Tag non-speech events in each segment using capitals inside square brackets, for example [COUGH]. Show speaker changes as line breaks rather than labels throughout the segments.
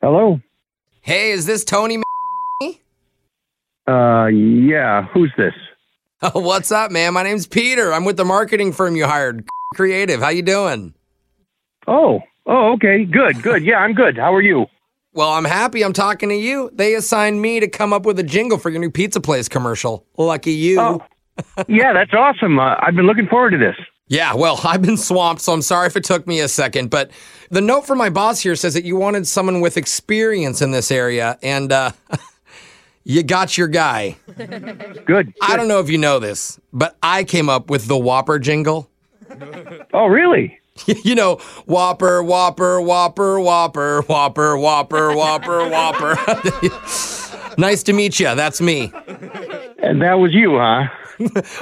Hello.
Hey, is this Tony?
Uh, yeah. Who's this?
[LAUGHS] Oh, what's up, man? My name's Peter. I'm with the marketing firm you hired, [LAUGHS] Creative. How you doing?
Oh. Oh, okay. Good. Good. Yeah, I'm good. How are you?
Well, I'm happy I'm talking to you. They assigned me to come up with a jingle for your new pizza place commercial. Lucky you.
Oh. Yeah, that's awesome. Uh, I've been looking forward to this.
Yeah, well, [LAUGHS] I've been swamped, so I'm sorry if it took me a second. But the note from my boss here says that you wanted someone with experience in this area, and uh, [LAUGHS] you got your guy.
Good.
I don't know if you know this, but I came up with the Whopper jingle.
Oh, really?
you know, Whopper, Whopper, Whopper, Whopper, Whopper, Whopper, Whopper, Whopper. [LAUGHS] nice to meet you. That's me.
And that was you, huh?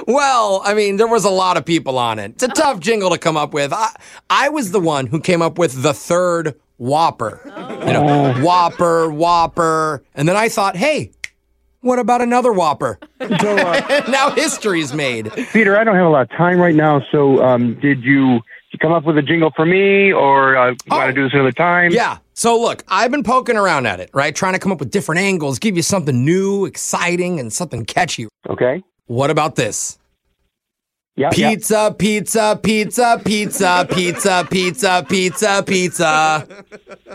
Well, I mean, there was a lot of people on it. It's a tough jingle to come up with. I, I was the one who came up with the third Whopper. You know, Whopper, Whopper. And then I thought, hey, what about another Whopper?
So, uh,
[LAUGHS] now history's made.
Peter, I don't have a lot of time right now. So, um, did you come up with a jingle for me, or uh, want to do this another time?
Oh. Yeah. So look, I've been poking around at it, right? Trying to come up with different angles, give you something new, exciting, and something catchy.
Okay.
What about this?
Yeah. yeah.
Pizza, pizza, pizza, pizza, pizza, pizza, pizza, pizza,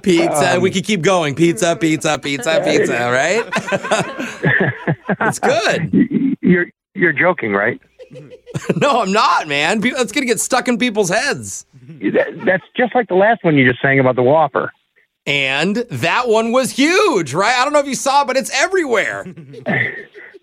pizza. We could keep going. Pizza, pizza, pizza, pizza. Right? it's good. [LAUGHS]
Y- You're you're joking, right?
No, I'm not, man. Pe- That's gonna get stuck in people's heads.
That- That's just like the last one you just sang about the Whopper.
And that one was huge, right? I don't know if you saw, it, but it's everywhere.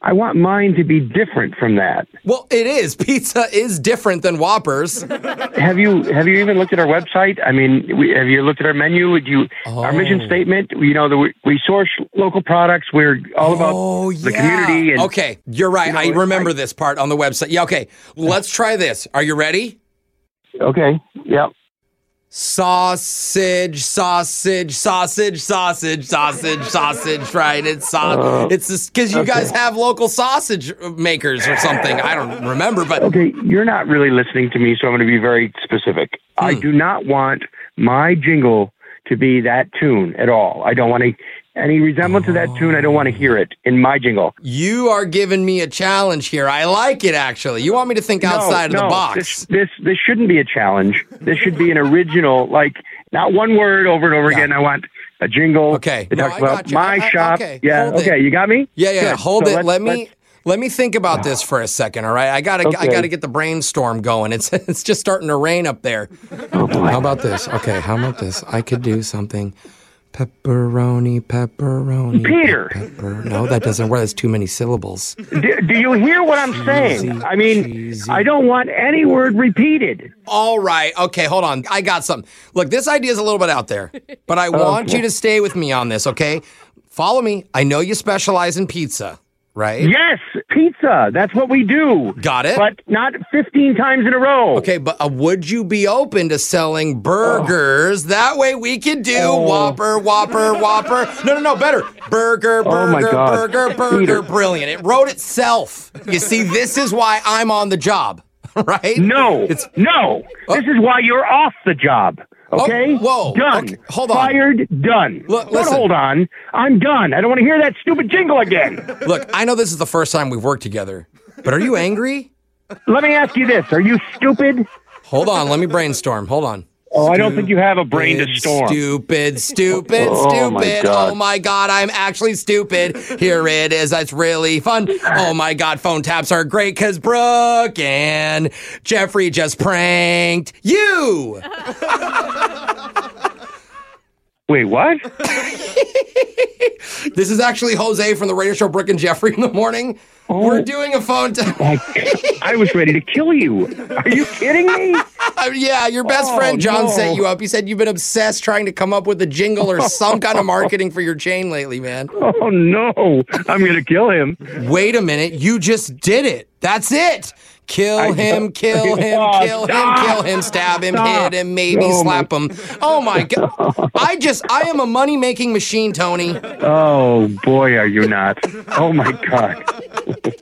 I want mine to be different from that.
Well, it is. [LAUGHS] Pizza is different
[LAUGHS]
than Whoppers.
Have you have you even looked at our website? I mean, we, have you looked at our menu? Would you our mission statement? You know, the, we source local products. We're all about
Oh,
the
yeah.
community. And
okay, you're right.
know,
I
it's
remember this part on the website. Yeah, okay. Let's try this. Are you ready?
okay, yep.
Sausage, sausage, sausage, sausage, sausage, sausage, right? It's so-
Uh,
it's just because you guys have local sausage makers or something. I don't remember, but
Okay, you're not really listening to me, so I'm going to be very specific. I do not want my jingle to be that tune at all. I don't want any, any resemblance to that tune. I don't want to hear it in my jingle.
you are giving me a challenge here. I like it actually. You want me to think outside
no,
of the
no.
box.
This, this this shouldn't be a challenge. This should be an original, like not one word over and over again. I want a jingle.
Okay.
that
No,
talks
I
about
got you.
my
I- I-
shop.
okay.
Yeah,
Hold it.
okay, you got me.
Yeah, yeah. yeah.
Good.
Hold
So
it.
let's-
Let me
let's-
let me think about this for a second. All right, I gotta I
Okay.
gotta get the brainstorm going. It's [LAUGHS] it's just starting to rain up there.
Oh,
How about this? Okay, how about this? I could do something. Pepperoni, pepperoni.
Peter!
Pepper. No, that doesn't work. That's too many syllables.
do, do you hear what I'm saying? I mean,
cheesy.
I don't want any word repeated.
All right. Okay, hold on. I got something. Look, this idea is a little bit out there, but I want you to stay with me on this, okay? Follow me. I know you specialize in pizza, right?
Yes, pizza. That's what we do.
Got it.
But not 15 times in a row.
Okay, but uh, would you be open to selling burgers?
Oh.
That way we could do Whopper, Whopper, Whopper. No, no, no, better. Burger, burger,
Oh, my God.
burger, burger.
Peter.
Brilliant. It wrote itself. You see, this is why I'm on the job, [LAUGHS] right?
No, no. This is why you're off the job. Okay.
Oh. whoa,
Done.
okay, hold on.
Fired. Done.
Look,
Don't
listen.
hold on. I'm done. I don't want to hear that stupid jingle
[LAUGHS]
again.
Look, I know this is the first time we've worked together, but are you angry?
Let me ask you this: Are you stupid?
Hold on, let me brainstorm. Hold on.
Oh, I don't think you have a brain to storm. [LAUGHS]
Stupid, stupid,
Oh, my
stupid.
God.
oh my god, I'm actually stupid. Here it is. It's really fun. Oh my god, phone taps are great because Brooke and Jeffrey just pranked
[LAUGHS]
you.
Wait, what?
This is actually Jose from the radio show Brooke and Jeffrey in the morning.
Oh.
We're doing a phone [LAUGHS] tap.
I, I was ready to kill you. Are you kidding me?
yeah, your best
Oh,
friend John
no.
set you up. He said you've been obsessed trying to come up with a jingle or
[LAUGHS]
some kind of marketing for your chain lately, man.
Oh no! I'm gonna kill him.
Wait a minute, you just did it. That's it. Kill him,
[LAUGHS]
kill him,
Oh,
kill him,
stop.
kill him, stab him,
Stop.
hit him, maybe
Oh, my-
slap him. Oh my god. I just I am a money making machine, Tony.
Oh boy, are you not? Oh my God.